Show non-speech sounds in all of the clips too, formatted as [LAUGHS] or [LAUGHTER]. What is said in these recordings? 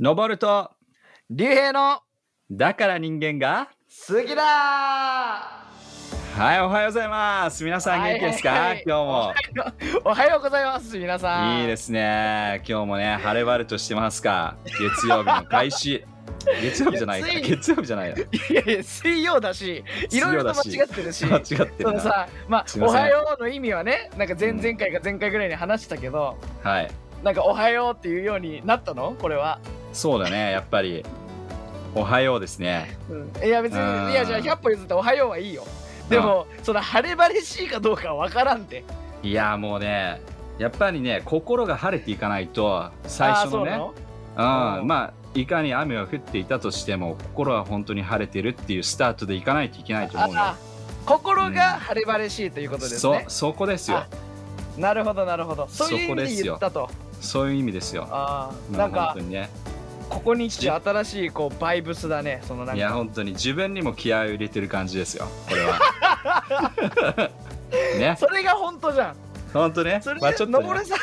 登ると竜兵のだから人間が好きだはいおはようございます皆さん元気ですか、はいはいはい今日も [LAUGHS] おはようございます皆さんいいですね今日もね晴れ晴れとしてますか月曜日の開 [LAUGHS] 始月曜日じゃないかいやつい月曜日じゃないないやいや水曜だしいろいろと間違ってるし間違ってそるのなさまあすいおませんはようの意味はねなんか前々回か前回ぐらいに話したけど、はいなんかおはようっていうようになったのこれは、そうだねやっぱりおはようですねうん、いや別にうんいやじゃあ100歩譲っておはようはいいよでもその晴れ晴れしいかどうかは分からんていやもうねやっぱりね心が晴れていかないと最あー初そのうねなのうんうんまあいかに雨が降っていたとしても心は本当に晴れてるっていうスタートでいかないといけないと思うよあ心が晴れ晴れしいということですそね、そこですよあなるほどなるほどそういう意そこで味ですよ言ったとそういう意味ですよああまあなんか本当にねここに来て新しいこうバイブスだねそのなんいやか本当に自分にも気合を入れてる感じですよこれは [LAUGHS] ねそれが本当じゃん本当ねそれまあちょっとのぼねれさん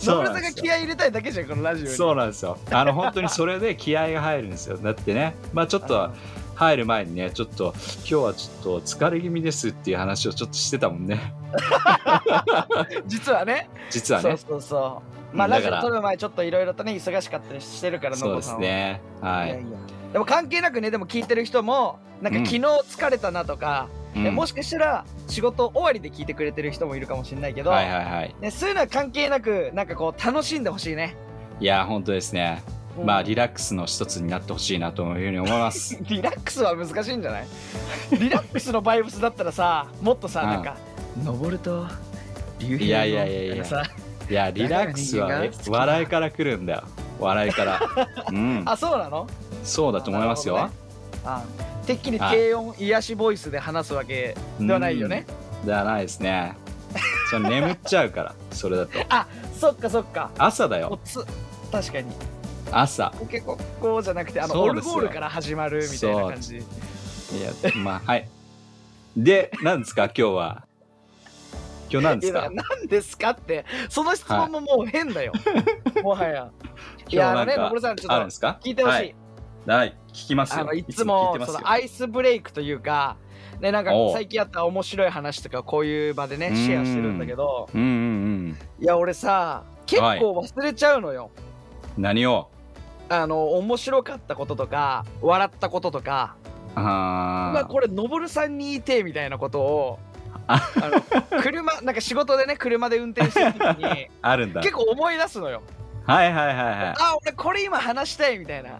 そのぼうれなさんんでがす気よ合い入れたいだけじゃんこのラジオにそうなんですよあの本当にそれで気合が入るんですよだってねまあちょっとあ入る前にねちょっと今日はちょっと疲れ気味ですっていう話をちょっとしてたもん [LAUGHS] ねー実はね実はねそうそうそうまあうんラだジからオ撮る前ちょっといろいろとね忙しかったりしてるからのそうぼでさすんはねはいいやいやでも関係なくねでも聞いてる人もなんかうん昨日疲れたなとか、うんもしかしたら仕事終わりで聞いてくれてる人もいるかもしれないけど、はいはいはいね、そういうのは関係なくなんかこう楽しんでほしいね、いや本当ですねまあリリラックスの一つになってほしいなというふうに思います [LAUGHS] リラックスは難しいんじゃない [LAUGHS] リラックスのバイブスだったらさもっとさ、うんなんか登ると竜いやいやいやいやみたないやリラックスはねだから人間が好きだ笑いから来るんだよ笑いから [LAUGHS] うんあそうなのそうだと思いますよ、なるあてっきりはい低音癒しボイスで話すわけではないよねうんではないですねその眠っちゃうからそれだとそっかそっか朝だおよつ確かに朝結構こうじゃなくてあのそオうルですよゴールから始まるみたいな感じいやまあはいで何ですか今日は今日何でいすやだかから何ですかってその質問ももう変だよ、もはやい今日やあのなんねのぼるさかんちょっとあるんですか聞いてほしはいはい、聞きますあよ [LAUGHS] のいつも聞いてそますよのアイスブレイクというか、ね、なんかおう最近あった面白い話とかこういう場でねうんシェアしてるんだけどうんうんいや俺さ結構忘れちゃうのよ、うん何をあの面白かったこととか笑ったこととかあまああこれのぼるさんに言いてえみたいなことをああの車なんか仕事でね車で運転してる時 [LAUGHS] にあるんだ結構思い出すのよはいはいはいはいあ俺これ今話したいみたいな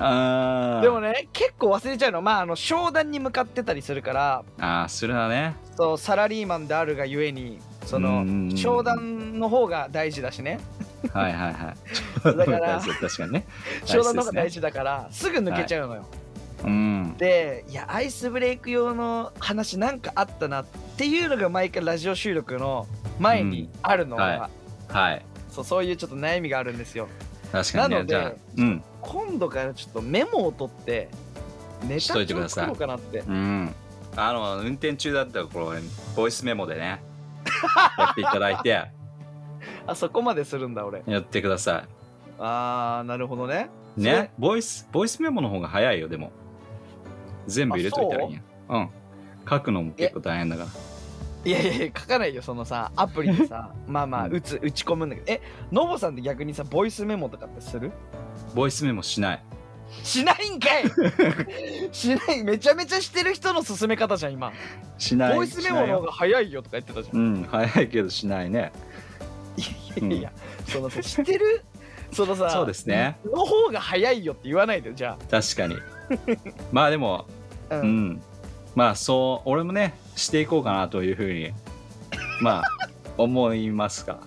あーでもね結構忘れちゃうのまああの商談に向かってたりするからああそれはねそうサラリーマンであるがゆえにそうんうんうのん商談の方が大事だしねはいはいはいだから大事確かにね商談の方が大事事だからすぐ抜けちゃうのよ、ですねうんでいやアイスブレイク用の話なんかあったなっていうのが毎回ラジオ収録の前にあるのうんが、ははいそうそういうちょっと悩みがあるんですよ確かになのねでじゃあうん今度からちょっとメモを取ってネしタと帳いてください作ろうかなってうんあの運転中だったらこれボイスメモで [LAUGHS] ねやっていただいてやあそこまでするんだ俺ってくださあーなるほどねいそれねボイスボイスメモの方が早いよでも全部入れといたらいいんやうん書くのも結構大変だからいやいやいや書かないよそのさアプリで [LAUGHS] さまあまあうん打つ打ち込むんだけどえノボさんって逆にさボイスメモとかってするボイスメモしないしないんかい [LAUGHS] しないめちゃめちゃしてる人の進め方じゃん今しないボイスメしモないのよ方が早いよとか言ってたじゃんうん早いけどしないねいやいや、そのさしてるそのさそうですねの方が早いよって言わないでじゃ確 [LAUGHS] かにまあでもあ、ううんんまあそう俺もねしていこうかなというふうにまあ思いますが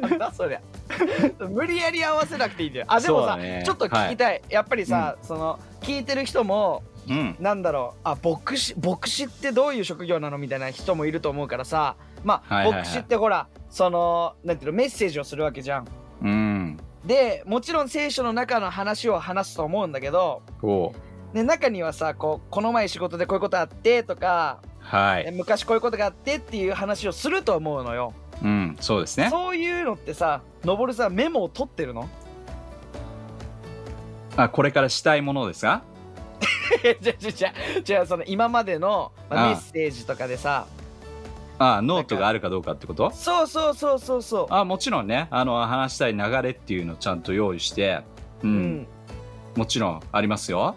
なんだそりゃ [LAUGHS] 無理やり合わせなくていいんだよ [LAUGHS] あでもそうださ、ねちょっと聞きたい、やっぱりさ、その聞いてる人もうんなんだろうあ牧師牧師ってどういう職業なのみたいな人もいると思うからさまあ、はいはいはい牧師ってほらそのなんていうのメッセージをするわけじゃん。うんでもちろん聖書の中の話を話すと思うんだけど、おうね、中にはさこうこの前仕事でこういうことあってとか、はねい昔こういうことがあってっていう話をすると思うのよ。うんそうですね [LAUGHS] そういうのってさのぼるさんメモを取ってるのあこれからしたいものですかじゃあじゃあじゃあじゃあその今までの、まあああメッセージとかでさあノートがあるかどうかってことそうそうそうそうそうあもちろんねあの話したい流れっていうのをちゃんと用意して、うんうんもちろんありますよ。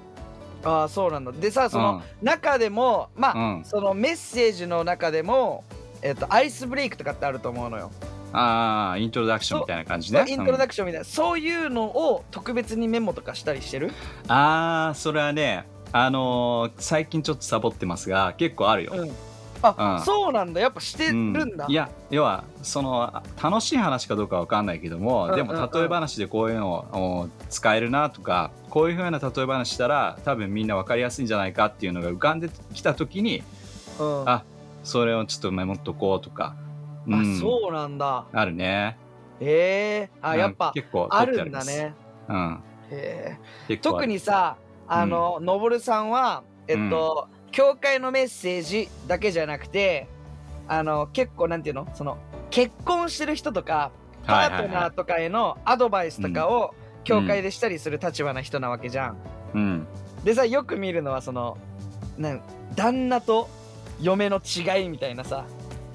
ああそうなんだでさその中でもまうあ、んうん、そのメッセージの中でもえっとアイスブレイクとかってあると思うのよ、ああイントロダクションみたいな感じね。イントロダククションみたいな、そういうのを特別にメモとかしたりしてるション、ああそれはねあのー最近ちょっとサボってますが結構あるよ。うんあ、うんそうなんだやっぱしてるうんんだ、いや要はその楽しい話かどうかわかんないけども、うんでうんうんも例え話でこういうのをお使えるなとかこういうふうな例え話したら多分みんなわかりやすいんじゃないかっていうのが浮かんできた時にうん、あそれをちょっとメモっとこうとか、うんあそうなんだあるね。ええあうんやっぱ結構あ取ってるんだます。ねうん、へえ結構ある特にさあの、のぼるさんはえっと、教会のメッセージだけじゃなくてあの結構なんていうのその結婚してる人とかパはいーはいトはナいーとかへのアドバイスとかを教会でしたりする立場な人なわけじゃん。うん、でさよく見るのはそのなん旦那と嫁の違いみたいなさ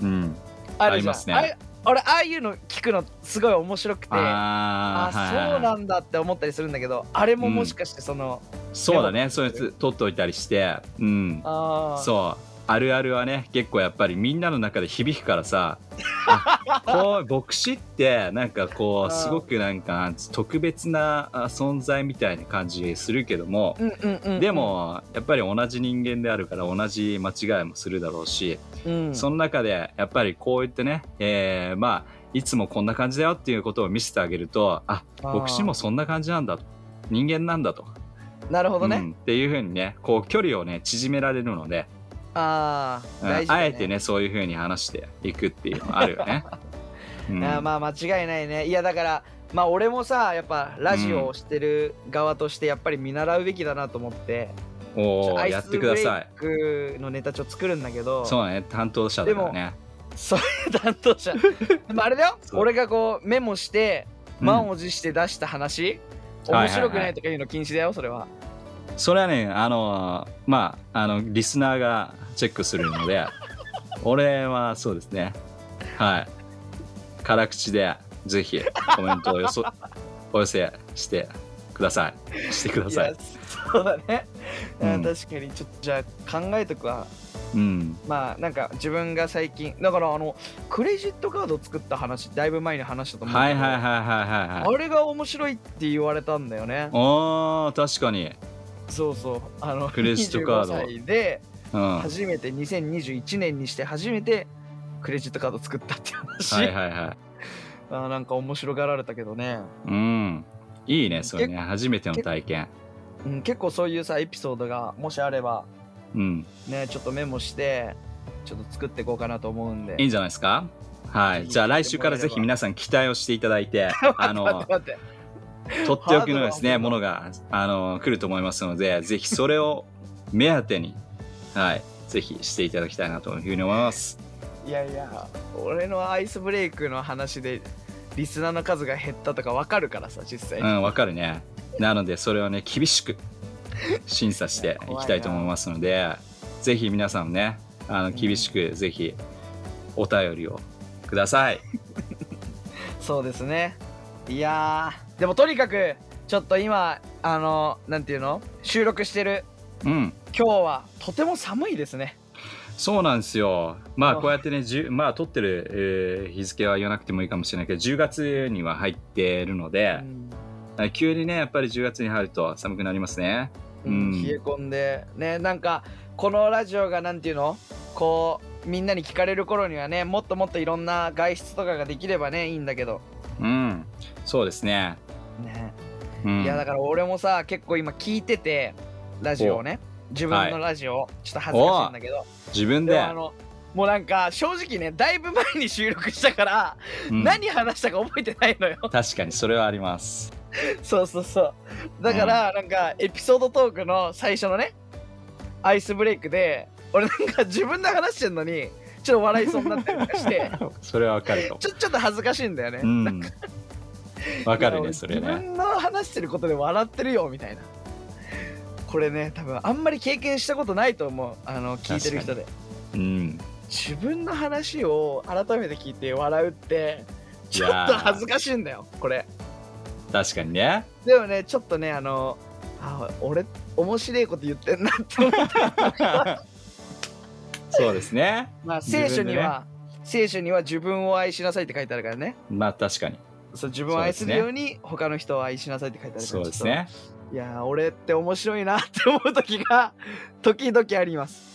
うん、あるありじゃんますねあれ俺ああいうの聞くのすごい面白くて。ああーはいはいはいそうなんだって思ったりするんだけどあれももしかしてその、そうだねそういうやつ取っといたりしてうんあーそうあるあるはね結構やっぱりみんなの中で響くからさあこう牧師ってなんかこうあーすごくなんかなんつ特別なあ存在みたいな感じするけどもうんうんうんうんで、もやっぱり同じ人間であるから同じ間違いもするだろうしうん、その中でやっぱりこう言ってね、えーまあいつもこんな感じだよっていうことを見せてあげるとああー牧師もそんな感じなんだと人間なんだと、なるほどね、うんっていうふうにねこう距離をね縮められるので、あうあん大事だ、あえてねそういうふうに話していくっていうのはあるよ [LAUGHS] ね。うんあーまあ間違いないねいやだからまあ俺もさやっぱラジオをしてる側としてやっぱり見習うべきだなと思って、おーやってください。アイスブレイクのネタちょっと作るんだけどそうね担当者だからね。それ担当 [LAUGHS] 者でもあれだよそう俺がこうメモしてうん満を持して出した話、はいはいはい面白くないとかいうの禁止だよそれは。それはねあのーまああのリスナーがチェックするの [LAUGHS] で俺はそうですねはい辛口でぜひコメントをよ [LAUGHS] そお寄せしてくださいしてくだいさやいそうだね、あーうん確かにちょっとじゃあ考えとくわうんまあなんか自分が最近だからあのクレジットカード作った話だいぶ前に話したと思うはいはいはいはいいはいはいあれが面白いって言われたんだよねおー確かにそうそうあのクレジットカード25歳でうんは初めて2021年にして初めてクレジットカード作ったって話、いはいはあーなんか面白がられたけどね、いうんいいねそれね初めての体験うん、結構そういうさエピソードがもしあればうんねちょっとメモしてちょっと作っていこうかなと思うんでいいんじゃないですかはいじゃあ来週からぜひ皆さん期待をしていただい [LAUGHS] てあの [LAUGHS] 待って待ってとっておきのですハードルはねもものうがあの来ると思いますのでぜひそれを目当てにはいぜひしていただきたいなというふうに思いますいやいや俺のアイスブレイクの話でリスナーの数が減ったとかわかるからさ実際うに、んわかるねなのでそれをね厳しく審査していきたいと思いますのでぜひ皆さんもねあの厳しくぜひお便りをくださいそうですねいやーでもとにかくちょっと今あのなんていうの収録してるうん今日はとても寒いですねそうなんですよまああこうやってねじゅまあ撮ってる、えー日付は言わなくてもいいかもしれないけど10月には入ってるので、うんあ急にねやっぱり10月に入ると寒くなりますねうん冷え込んでねなんかこのラジオがなんていうのこうみんなに聞かれる頃にはねもっともっといろんな外出とかができればねいいんだけどうんそうですね、ねうん、いやだから俺もさ結構今聞いててラジオをね自分のラジオ、ちょっと恥ずかしいんだけど自分ででもあのもうなんか正直ねだいぶ前に収録したから、うん何話したか覚えてないのよ確かにそれはありますそうそうそうだから、なんかエピソードトークの最初のねアイスブレイクで俺なんか自分で話してんのにちょっと笑いそうになったりとかしてそれはわかるとちょちょっと恥ずかしいんだよね、うんわかるいやねそれ俺ね自分の話してることで笑ってるよみたいなこれね多分あんまり経験したことないと思うあの聞いてる人でうん自分の話を改めて聞いて笑うっていちょっとやー恥ずかしいんだよこれ確かに [LAUGHS] ねでもねちょっとねあのあ俺面白いこと言ってんなって [LAUGHS] 思ってそうですねまあ聖書には、聖書には自分を愛しなさいって書いてあるからねまあ確かにそう自分を愛するように他の人を愛しなさいって書いてあるからそうですちょっねといやー俺って面白いなって思う時が [LAUGHS] 時々あります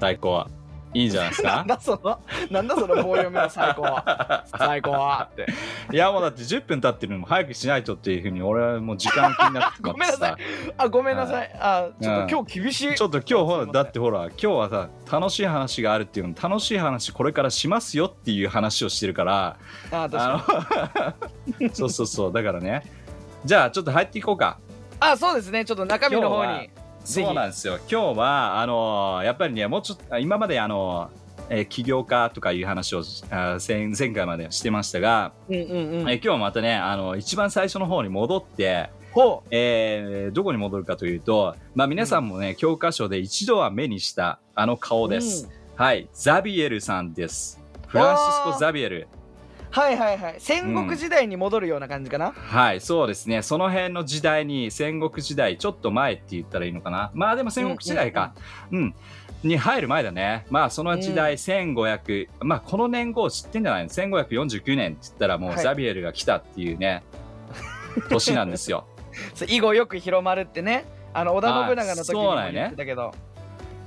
最高はいいんじゃないです [LAUGHS] なんかだそのなんだその棒読みの最高は [LAUGHS] 最高はっていやもうだって10分経ってるのも早くしないとっていうふうに俺はもう時間気になって [LAUGHS] ごめんなさいあごめんなさいあちょっと今日厳しいちょっと今日ほすいませんらだってほら今日はさ楽しい話があるっていうの楽しい話これからしますよっていう話をしてるからあ確かにあの [LAUGHS] そうそうそうだからねじゃあちょっと入っていこうかあそうですねちょっと中身の方今日にぜひそうなんですよ今日はあのやっぱりねもうちょっと今まであの、えー起業家とかいう話をあ前前回までしてましたが、うんうんうえーん今日またねあの一番最初の方に戻ってほうえーどこに戻るかというと、まあ、皆さんもね、教科書で一度は目にしたあの顔です、はいザビエルさんですフランシスコ・ザビエルはいはいはい戦国時代に戻るような感じかな、はいそうですねその辺の時代に戦国時代ちょっと前って言ったらいいのかなまあでも戦国時代かうん、に入る前だねまあその時代1500、まあこの年号知ってんじゃないの1549年って言ったらもうはいザビエルが来たっていうね、年なん [LAUGHS] ですよそう以後よく広まるってねあの織田信長の時にそうなんもやね言ってたけど、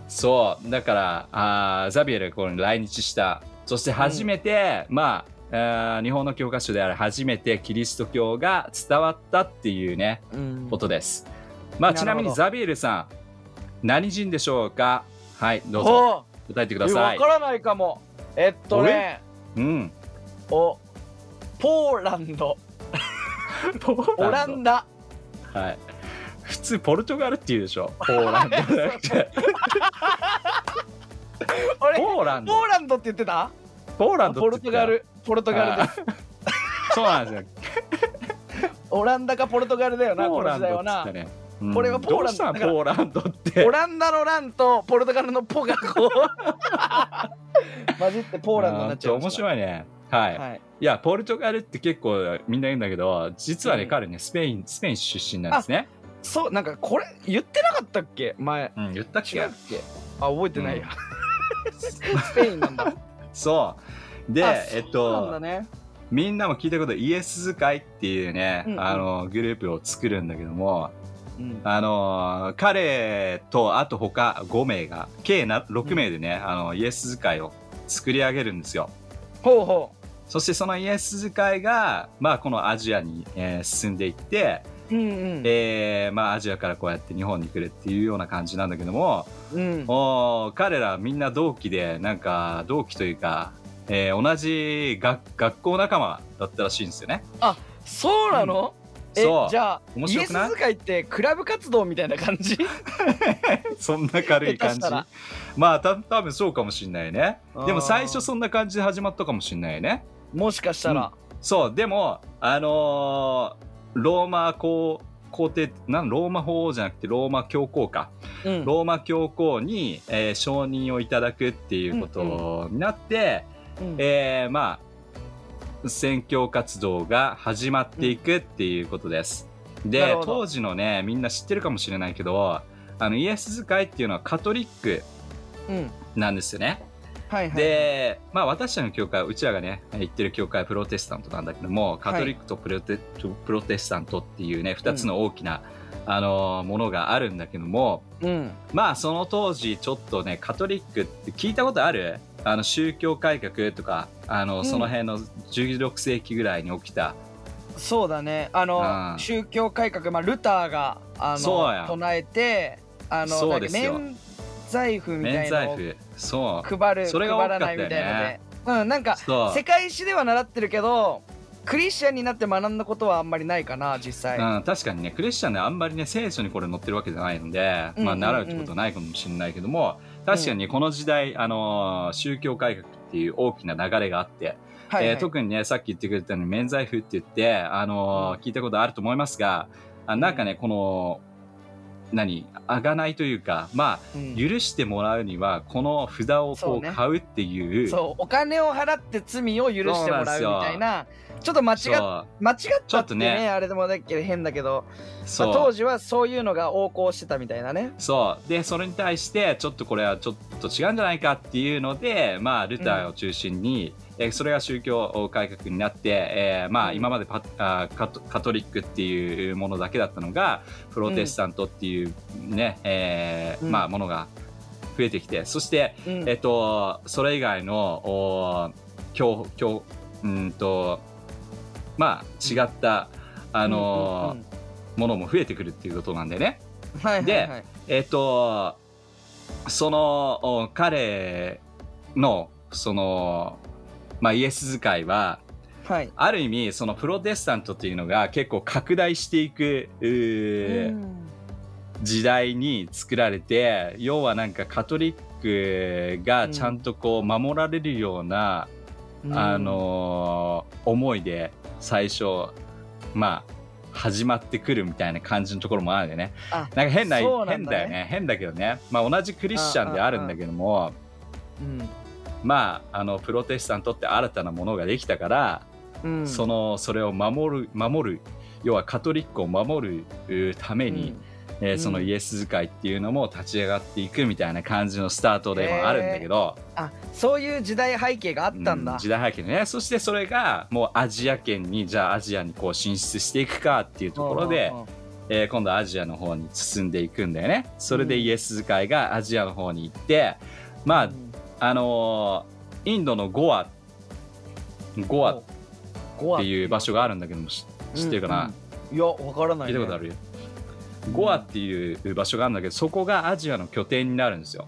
そうだからあーザビエルがここに来日したそして初めて、まああー日本の教科書である初めてキリスト教が伝わったっていうねうんことです、まあなるほどちなみにザビエルさん何人でしょうかはいどうぞお答えてくだ分さわいからないかもえっとねうんおポーランドオポランダダはい普通ポルトガルって言うでし [LAUGHS] ょポーランドじゃなくて俺ポーランドポーランドって言ってたポーランドポって言ルトったガルポルトガルですそうなんですよオランダかポルトガルだよなポこーのラン時ドっ代て言はっなたね、うんこれはポーラどうンドしたんポーランドってオランダのランとポルトガルのポがこう混じってポーランドになっちゃいましたあー面白いね。はい。い、はい、や、ポルトガルって結構みんな言うんだけど、実はね、うん彼ね、スペイン、スペイン出身なんですね。そうなんかこれ言ってなかったっけ前うん、言ったっ違うっけあ覚えてないや、 [LAUGHS] スペインなんだそう。 [LAUGHS] であ、えっそうなとん、だねみんなも聞いたこと、イエス会っていうね、うんうんあの、グループを作るんだけども、うんあの、彼と、あと他5名が、計な6名でね、あの、イエス会を作り上げるんですよ。ほうほそしてそのイエス会が、まあ、このアジアに、えー進んでいって、ううんうんえーまあ、アジアからこうやって日本に来るっていうような感じなんだけども、うんおー彼らみんな同期でなんか同期というか、えー同じ学学校仲間だったらしいんですよね。そうなの、えそうじゃあ面イ白エくスない使いってクラブ活動みたいな感じ [LAUGHS] そんな軽い感じ下手したらまあた多分そうかもしんないねであーも最初そんな感じで始まったかもしんないねもしかしたら、そうでもあのーローマ皇皇帝なんローマ法王じゃなくてローマ教皇かうんローマ教皇に、えー承認をいただくっていうことになって、うんえーまあ宣教活動が始まっていくっていうことです。なるでほど当時のねみんな知ってるかもしれないけどあのイエス会っていうのはカトリックうんなんですよね。はいはいで、まあ、私たちの教会うちらがね行ってる教会はプロテスタントなんだけどもカトリックとプロテ,、プロテスタントっていうね2つの大きな、あのものがあるんだけども、うんまあその当時ちょっとねカトリックって聞いたことあるあの宗教改革とかあの、うんその辺の16世紀ぐらいに起きたそうだねあの、うん宗教改革、まあ、ルターがあそうやの唱えてあのそうですよなんか免罪符みた免いな罪のを符そう配るそれが多か配ったらよねないみたいなねうんなんかそう世界史では習ってるけどクリスチャンになって学んだことはあんまりないかな実際、うん、確かにねクリスチャンねあんまりね聖書にこれ載ってるわけじゃないので、うんうんまうあ、ん習うってことはないかもしれないけども確かにこの時代、あのー宗教改革っていう大きな流れがあってはい、えはーい特にねさっき言ってくれたように免罪符って言って、あのー聞いたことあると思いますがあなんかねこの何あがないというかまあうん許してもらうにはこの札をそこうねう買うっていうそうお金を払って罪を許してもらうみたいなちょっと間違っそう間違っちたょっってとねねあれでもだっけど変だけど、まそあ、う当時はそういうのが横行してたみたいなねそうでそれに対してちょっとこれはちょっと違うんじゃないかっていうので、まあ、ルターを中心に、えーそれが宗教改革になって、えーまあ、うん今までパあーカトカトリックっていうものだけだったのがプロテスタントっていう、ねえーうんまあ、ものが増えてきてそして、うんえっと、それ以外のおー教教うんとまあ違った、あのーうんうんものも増えてくるっていうことなんでね。うんはいはいはいえっとそのお彼のその、まあ、イエス遣いははいある意味そのプロテスタントというのが結構拡大していく、うーうん時代に作られて要はなんかカトリックがちゃんとこう守られるような、うんあのー思いで最初まあ始まってくるみたいな感じのところもあるよねあなんか変なそうなん変だねだよね変だけどねまあ同じクリスチャンであるんだけどもうんまああのプロテスタントって新たなものができたから、うんそのそれを守る守る要はカトリックを守るうために、えーうんそのイエス遣いっていうのも立ち上がっていくみたいな感じのスタートでもあるんだけど、あそういう時代背景があったんうだん、時代背景ねそしてそれがもうアジア圏にじゃあアジアにこう進出していくかっていうところで、うんうんうんえー今度アジアの方に進んでいくんだよねそれでうんイエス遣いがアジアの方に行ってまああのーインドのゴアゴアっゴアていう場所があるんだけどもし知ってるかな、うんいやわからない聞いたねことあるよゴアっていう場所があるんだけどそこがアジアの拠点になるんですよ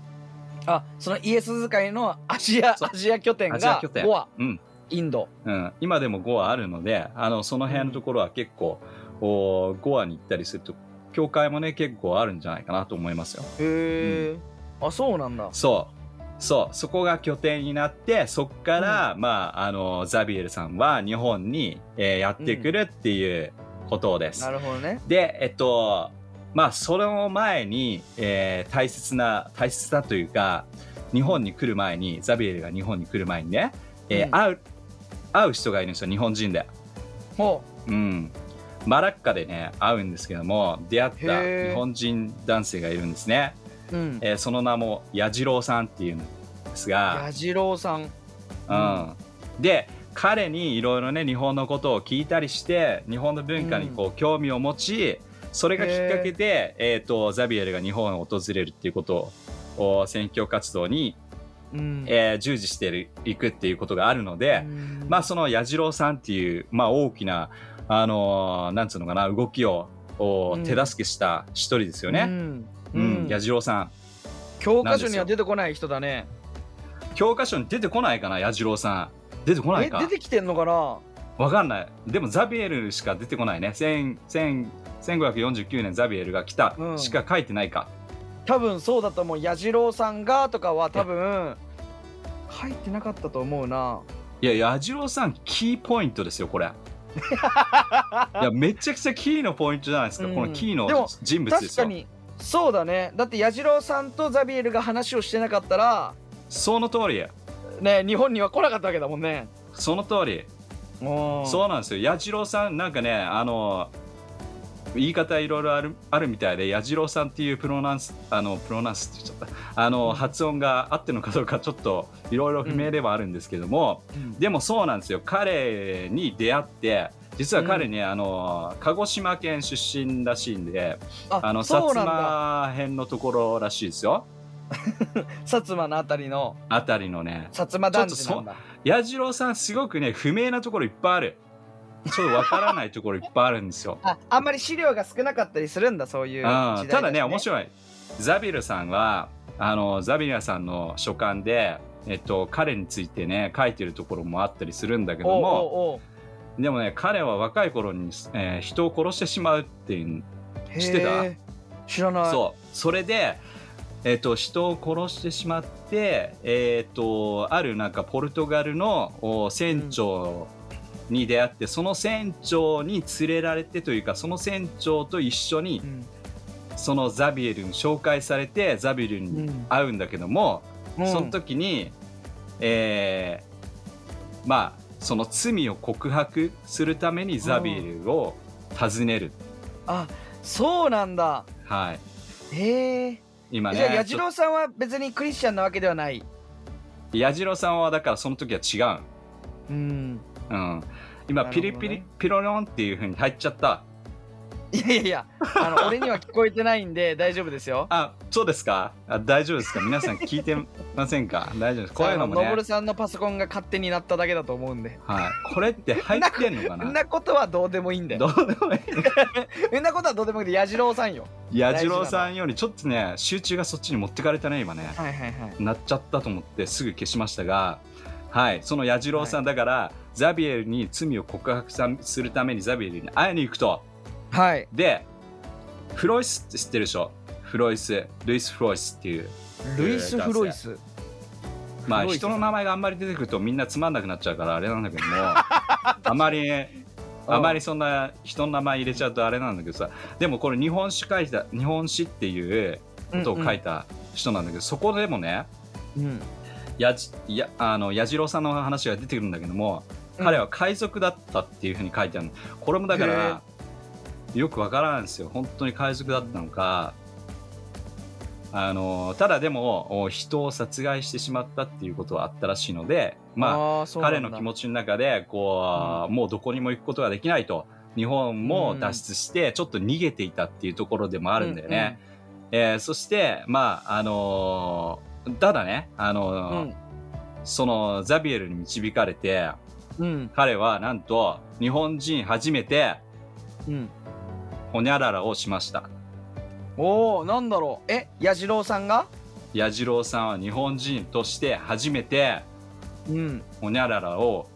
あそのイエス遣いのアジアそうアジア拠点アジアが拠点ゴアうん、インドうん、今でもゴアあるのであのその辺のところは結構、おーゴアに行ったりすると教会もね結構あるんじゃないかなと思いますよへえあそうなんだそうそうそこが拠点になってそこから、まああのザビエルさんは日本に、えーやってくるっていうことです、なるほどねでえっとまあその前に、えー大切な大切なというか日本に来る前にザビエルが日本に来る前にね、えーうん会う会う人がいるんですよ日本人で、ほうん、マラッカでね会うんですけども出会っへたー日本人男性がいるんですね、ううんえーその名も矢次郎さんっていうんですが、矢次郎さんうん、で彼にいろいろね日本のことを聞いたりして日本の文化にこう興味を持ち、それがきっかけで、えー、とザビエルが日本を訪れるっていうことをお選挙活動に、うんえー従事してるいくっていうことがあるので、うんまあその矢次郎さんっていう、まあ、大きな、あのーなんつうのかな動きをおうん手助けした一人ですよね、ううんんうん矢次郎さん教科書には出てこない人だね教科書に出てこないかな矢次郎さん出てこなえいか出てきてんのかなわかんない。でもザビエルしか出てこないね。千千1549年ザビエルが来たうんしか書いてないか。多分そうだと思う矢次郎さんがとかは多分書いてなかったと思うないや、矢次郎さん、キーポイントですよ、 [LAUGHS] これ。いや、めちゃくちゃキーのポイントじゃないですか。うんこのキーのでも人物で確すかよ。にそうだねだって矢次郎さんとザビエルが話をしてなかったらその通り。ね日本には来なかったわけだもんねその通り。そそうなんですよ。矢次郎さん、なんかね、あの、言い方いろいろあるあるみたいで、矢次郎さんっていうプロナンス、あの、プロナンスって言っちゃった。あの、発音が合ってるのかどうか、ちょっといろいろ不明ではあるんですけども、うんでもそうなんですよ彼に出会って実は彼ね、あの鹿児島県出身らしいんであの薩あそうなんだ摩編のところらしいですよ薩摩のあたりのあたりのね薩摩男児なんだ矢次郎さんすごくね不明なところいっぱいあるちょっとわからないところいっぱいあるんですよ、ああんまり資料が少なかったりするんだそういうう時ん、代ただね面い白いザビルさんはあのザビルさんの書簡で、えっと、彼についてね書いてるところもあったりするんだけどもおうおうでもね彼は若い頃に、えー人を殺してしまうっていうおう知ってたへー知らないそうそれで、えっと人を殺してしまって、えっとあるなんかポルトガルのお船長に出会って、その船長に連れられてというかその船長と一緒にうんそのザビエルに紹介されてザビエルに会うんだけども、うんその時に、えーまあその罪を告白するためにザビエルを訪ねる、あそうなんだはいへえ今じゃあね矢次郎さんは別にクリスチャンなわけではない矢次郎さんはだからその時は違うんう、うん、今、なるほどねピリピリピロロンっていう風に入っちゃったいやいやいやあ [LAUGHS] の俺には聞こえてないんで大丈夫ですよあそうですかあ大丈夫ですか皆さん聞いてませんか大 [LAUGHS] 丈夫ですこういうのもあのねのぼるさんのパソコンが勝手になっただけだと思うんではい、これって入ってんのかそんな [LAUGHS] なことはどうでもいいんだどようでもいいそんなことはどうでもいいんで矢次郎さんよ矢次郎さんよりちょっとね集中がそっちに持ってかれたね今ねはいはいはいなっちゃったと思ってすぐ消しましたがはいその矢次郎さん、だからザビエルに罪を告白さするためにザビエルに会いに行くとはい、でフロイスって知ってるでしょフロイスルイス・フロイスっていうルイス・フロイスまあフロイス人の名前があんまり出てくるとみんなつまんなくなっちゃうからあれなんだけど [LAUGHS] もあまりあまりそんな人の名前入れちゃうとあれなんだけどさでもこれ日本史書いた日本史っていうことを書いた人なんだけど、そこでもねうんうんやじやあの矢次郎さんの話が出てくるんだけども、うん彼は海賊だったっていうふうに書いてあるのこれもだからよくわからないんですよ本当に海賊だったのかあのただでもお人を殺害してしまったっていうことはあったらしいのでまああーそうなんだ彼の気持ちの中でこう、もうどこにも行くことができないと日本も脱出してちょっと逃げていたっていうところでもあるんだよね。えーそして、まああのーただね、あうのーんそのザビエルに導かれてうん彼はなんと日本人初めてうんほにゃららをしましたおおなんだろうえ矢次郎さんが矢次郎さんは日本人として初めてうんほにゃららを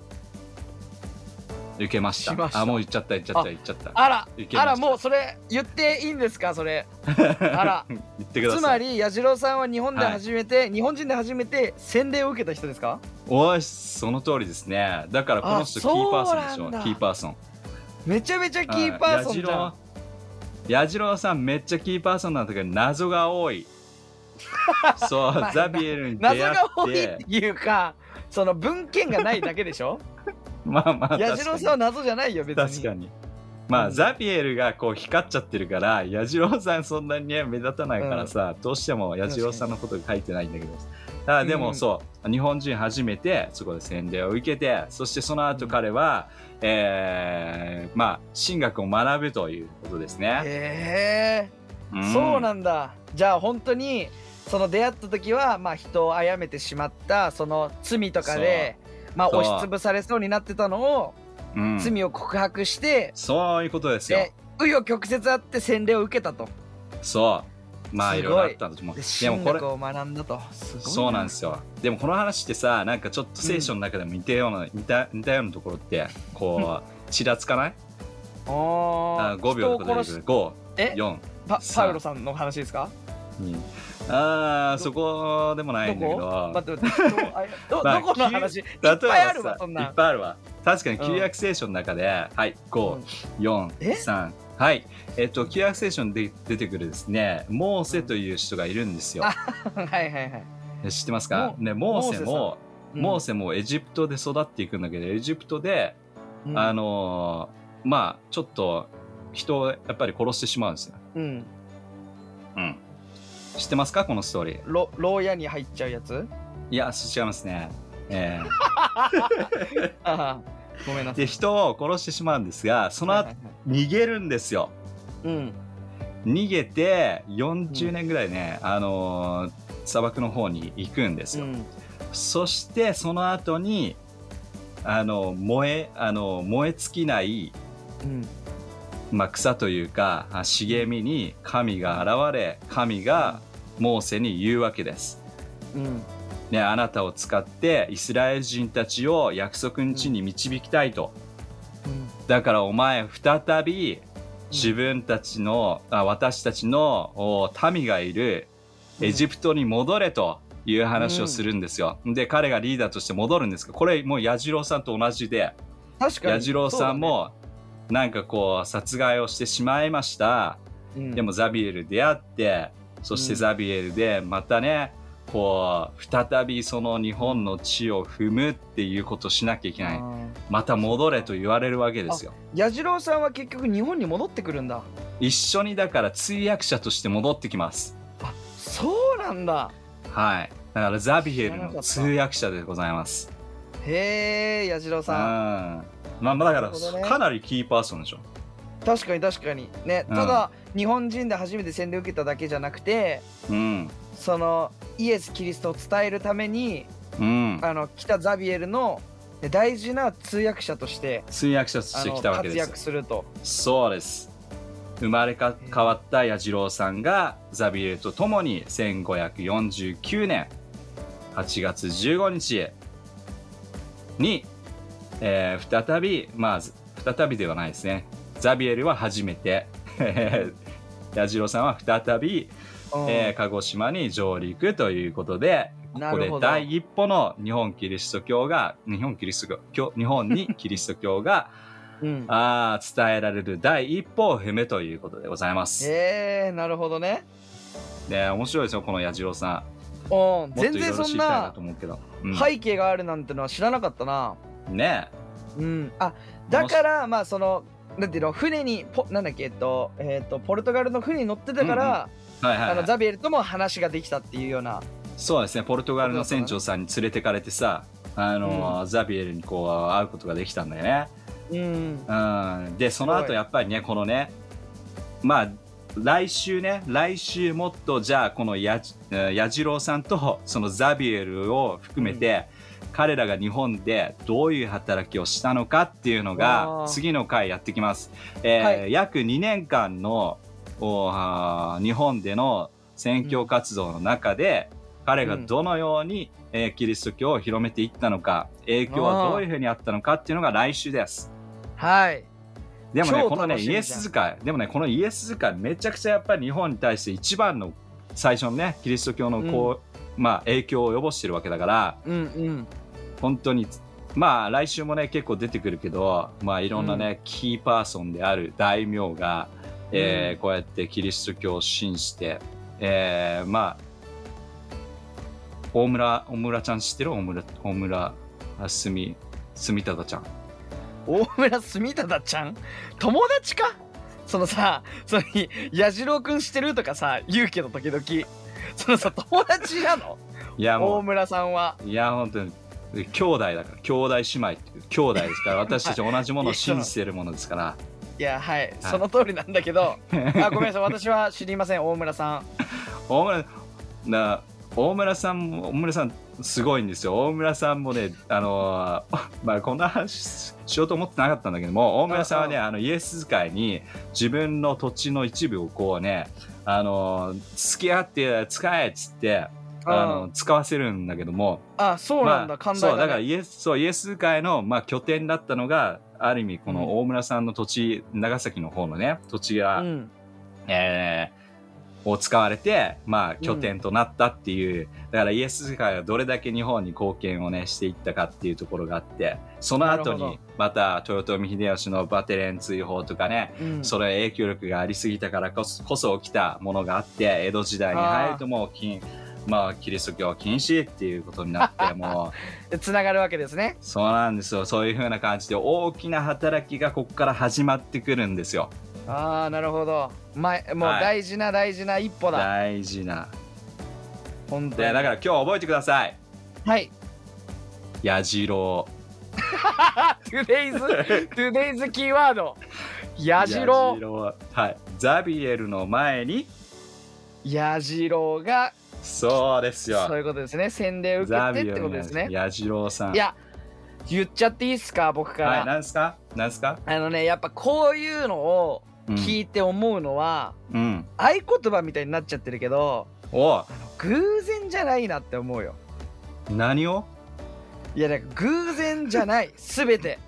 受けましたしましたあもう言っちゃった言っちゃったあ言っちゃったあら受けまあしたらもうそれ言っていいんですかそれあら言 [LAUGHS] ってくださいつまり矢次郎さんは日本ではい初めて、日本人で初めて洗礼を受けた人ですかおいその通りですねだからこの人あキーパーソンでしそうょなんだキーパーソンめちゃめちゃキーパーソンじゃんあ矢次郎矢次郎さんめっちゃキーパーソンなんだけど謎が多 [LAUGHS] いそう、まあザビエルに出会って謎が多いっていうかその文献がないだけで [LAUGHS] しょまあまあ矢次郎さんは謎じゃないよ別に確かにまあ、うんザビエルがこう光っちゃってるから矢次郎さんそんなにね目立たないからさ、どうしても矢次郎さんのことが書いてないんだけどあでもそう、日本人初めてそこで洗礼を受けてそしてその後彼は、えーまあ神学を学ぶということですね、へえそうなんだじゃあ本当にその出会った時はまあ人を殺めてしまったその罪とかでまあそう押しつぶされそうになってたのをうん、うん罪を告白して、そういうことですよで紆余曲折あって洗礼を受けたとそうまあすごいいろいろあったんだと思うででも神これ学を学んだとすごいそうなんですすよでもこの話ってさなんかちょっと聖書の中でも似たような、似た似たようなところってこうちらつかないおあー5秒とか出て人くをる5え4パさあパウロさんの話ですか2あーどそこでもないんだけど待って待って人をあやどまあどこの話いっ例えばぱいあるわさそんいなっぱいあるわ確かにうん旧約聖書の中で、はいうんえ543はいえっと旧約聖書にで出てくるですねモーセという人がいるんですよ、 [LAUGHS] はいはいはい知ってますかモねモーセモもモーセもエジプトで育っていくんだけどエジプトでうんあのーまあちょっと人をやっぱり殺してしまうんですよ。うんうん、知ってますかこのストーリー。ろ牢屋に入っちゃうやついやそ違いますね。えああごめんなーさいで人を殺してしまうんですがそのは後いはいはい逃げるんですよ。うん逃げて40年ぐらいね、あのー砂漠の方に行くんですよ。うんそしてその後にあの燃えあの燃え尽きないうんまあ、草というかあ茂みに神が現れ神がモーセに言うわけです。うんね、あなたを使ってイスラエル人たちを約束の地に導きたいと。だからお前再び自分たちの、あ私たちのお民がいるエジプトに戻れという話をするんですよ。で彼がリーダーとして戻るんですけどこれもう彌次郎さんと同じで確かに彌次郎さん、もなんかこう殺害をしてしまいました。そうだねうんでもザビエル出会ってそしてザビエルでまたねこう再びその日本の地を踏むっていうことをしなきゃいけないうんまた戻れと言われるわけですよ彌次郎さんは結局日本に戻ってくるんだ一緒にだから通訳者として戻ってきますあそうなんだはいだからザビエ知らルなかっのた通訳者でございますへえ彌次郎うんさんまあまあだかなるほどねらかなりキーパーソンでしょ確かに確かにねうんただ、日本人で初めて洗礼を受けただけじゃなくてうんそのイエス・キリストを伝えるためにうんあの北ザビエルのね大事な通訳者として通訳者とあしてのきたわけ活ですよ躍するとそうです生まれか変わった彌次郎さんがザビエルと共に1549年8月15日に、えー再びまあず再びではないですねザビエルは初めて [LAUGHS] 彌次郎さんは再び、うんえー鹿児島に上陸ということでこなこるでほど第一歩の日本キリスト教が日本キリスト教日本にキリスト教がうんああ、伝えられる第一歩を踏むということでございます。へえなるほどねね、面白いですよ、この彌次郎さん。うんもっ全といろ然いろそ知んりたいななと思うけど。うん、背景があるなんてのは知らなかったなねうんあだからまあそのなんていうの船にポなんだっけえっとえっとポルトガルの船に乗ってたから、はいはいあはのい、ザビエルとも話ができたっていうようなそうですね、ポルトガルの船長さんに連れてかれてさ、あのーザビエルにこう会うことができたんだよね。うんうん、で、そのす後ごいやっぱりね、このね、まあ、来週ね、来週もっとじゃあ、このやじえー彌次郎さんとそのザビエルを含めて、彼らが日本でどういう働きをしたのかっていうのわがあ次の回やってきます。えーは約2年間のおーあー日本での宣教活動の中で、彼がどのように、えーキリスト教を広めていったのか影響はどういうふうにあったのかっていうのが来週です。はいでもね超このね楽しイみじゃんエス遣いでもねこのイエス遣いめちゃくちゃやっぱり日本に対して一番の最初のねキリスト教のこう、まあ、影響を及ぼしてるわけだから。うんうん本当にまあ来週もね結構出てくるけどまあいろんなね、キーパーソンである大名が、えーこうやってキリスト教を信じて、えーまあ大村大村ちゃん知ってる大村大村あすみすみたたちゃん大村住忠ちゃん友達かそのさそのい矢次郎くんしてるとかさ言うけど時々そのさ友達なのいや大も村さんはういや本当に兄弟だから兄弟姉妹っていう兄弟ですから私たち同じものを信じてるものですからいやはいその通りなんだ [LAUGHS] けどあごめんなさい私は知りません大村さん大村な大村さんも大村さんすごいんですよ大村さんもねあのー [LAUGHS] まあこんな話ししようと思ってなかったんだけども大村さんはねうあのイエス遣いに自分の土地の一部をこうねあのー付き合って使えっつってあの使わせるんだけどもあそうなんだ、まあ寛そう大だかだらねイエスそうイエス会の、まあ、拠点だったのがある意味この大村さんの土地、長崎の方のね土地が、うんえーを使われて、まあ、拠点となったっていう、だからイエス会がどれだけ日本に貢献をねしていったかっていうところがあってその後なるほどにまた豊臣秀吉のバテレン追放とかね、うんそれ影響力がありすぎたからこそこそ起きたものがあって江戸時代に入るともう禁まあ、キリスト教は禁止っていうことになって [LAUGHS] もうつながるわけですねそうなんですよそういう風な感じで大きな働きがここから始まってくるんですよああなるほど前もうはい大事な大事な一歩だ、大事な本当でだにから今日覚えてくださいはい矢次郎 [LAUGHS] トゥデイズトゥデイズキーワードやじろうはいザビエルの前にやじろうがそうですそうよいうことですね洗礼を受ザけビエてってルこのとです前ねに矢次郎さんいや言っちゃっていいっすか僕かはいら何ですか何ですかあのねやっぱこういうのをうん聞いて思うのは、うん合言葉みたいになっちゃってるけどお偶然じゃないなって思うよ何をいやだから偶然じゃない全て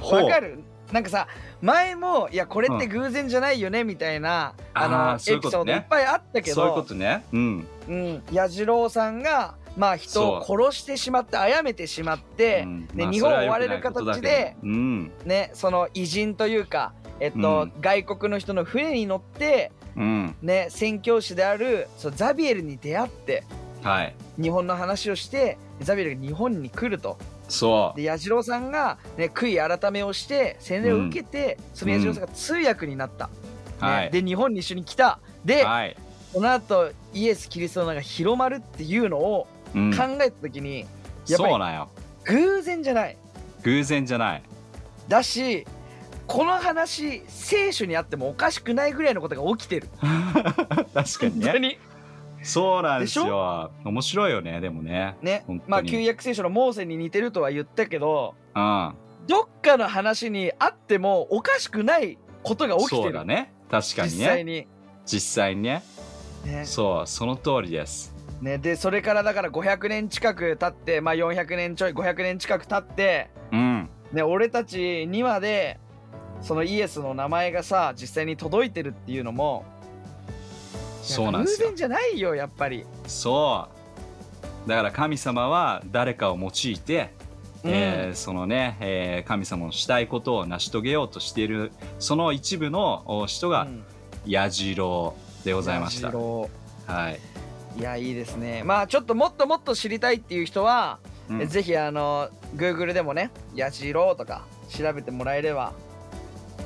ほうわかるなんかさ前もいやこれって偶然じゃないよねみたいな、あのあーそういエうこピソとードねいっぱいあったけどそういうことね。うん。うん、矢次郎さんが、まあ、人を殺してしまって殺めてしまって、うんでまあ日本をそれ追はわ良れくないることだ形けどで、うん。ね、その偉人というか、えっとうん外国の人の船に乗って、うん。ね、宣教師であるそうザビエルに出会ってはい。日本の話をしてザビエルが日本に来るとそう。で矢次郎さんが、ね、悔い改めをして洗礼を受けて、その矢次郎さんが通訳になった、ねはい。で日本に一緒に来たで、はい。その後イエス・キリストの名が広まるっていうのをうん。考えた時に、やっぱりそうなんよ。偶然じゃない偶然じゃ [LAUGHS] ない。だしこの話聖書にあってもおかしくないぐらいのことが起きてる確かに本当ね。にそうなんですでしよ。面白いよね、でもね。ね本当にまあ旧約聖書のモーセに似てるとは言ったけどうん。どっかの話にあってもおかしくないことが起きてそうる、だね。確か実にね際。に実際にね。ねそう、その通りです。ねでそれからだから500年近く経ってまあ400年ちょい500年近く経ってうん。ね俺たち2話でそのイエスの名前がさ実際に届いてるっていうのもそうなんです偶よ然。じゃないよやっぱり、そう。だから神様は誰かを用いて、うんえーそのね、えー神様のしたいことを成し遂げようとしているその一部のお人がうん矢次郎でございました、矢次郎はい、いやいいですねまあちょっともっともっと知りたいっていう人は、うんえぜひあの Google でもね「やじろう」とか調べてもらえれば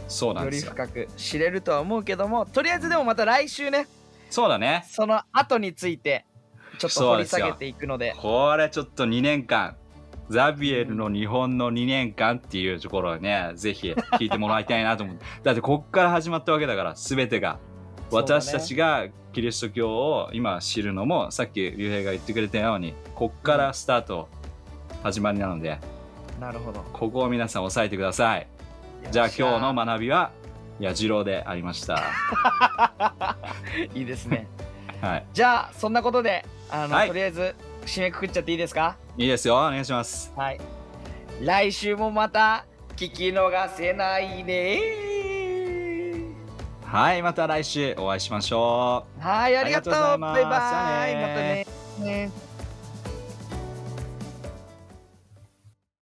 そうなんよでりすよ深く知れるとは思うけどもとりあえずでもまた来週ねそうだねその後についてちょっと掘り下げていくのでこれちょっと2年間ザビエルの日本の2年間っていうところをねぜひ聞いてもらいたいなと思って [LAUGHS] だってこっから始まったわけだから全てがそうだね私たちがキリスト教を今知るのもさっき竜兵が言ってくれたようにこっからスタート始まりなのでなるほどここを皆さん押さえてくださいじゃあ今日のま学びは矢次郎でありました。いいですねはい。じゃあそんなことであの、はいとりあえず締めくくっちゃっていいですかいいですよ。お願いします。はい来週もまた聞き逃せないねはい。また来週お会いしましょう。はい、ありがとう。ありがとうございますバイバイ。じゃあねまたね。ね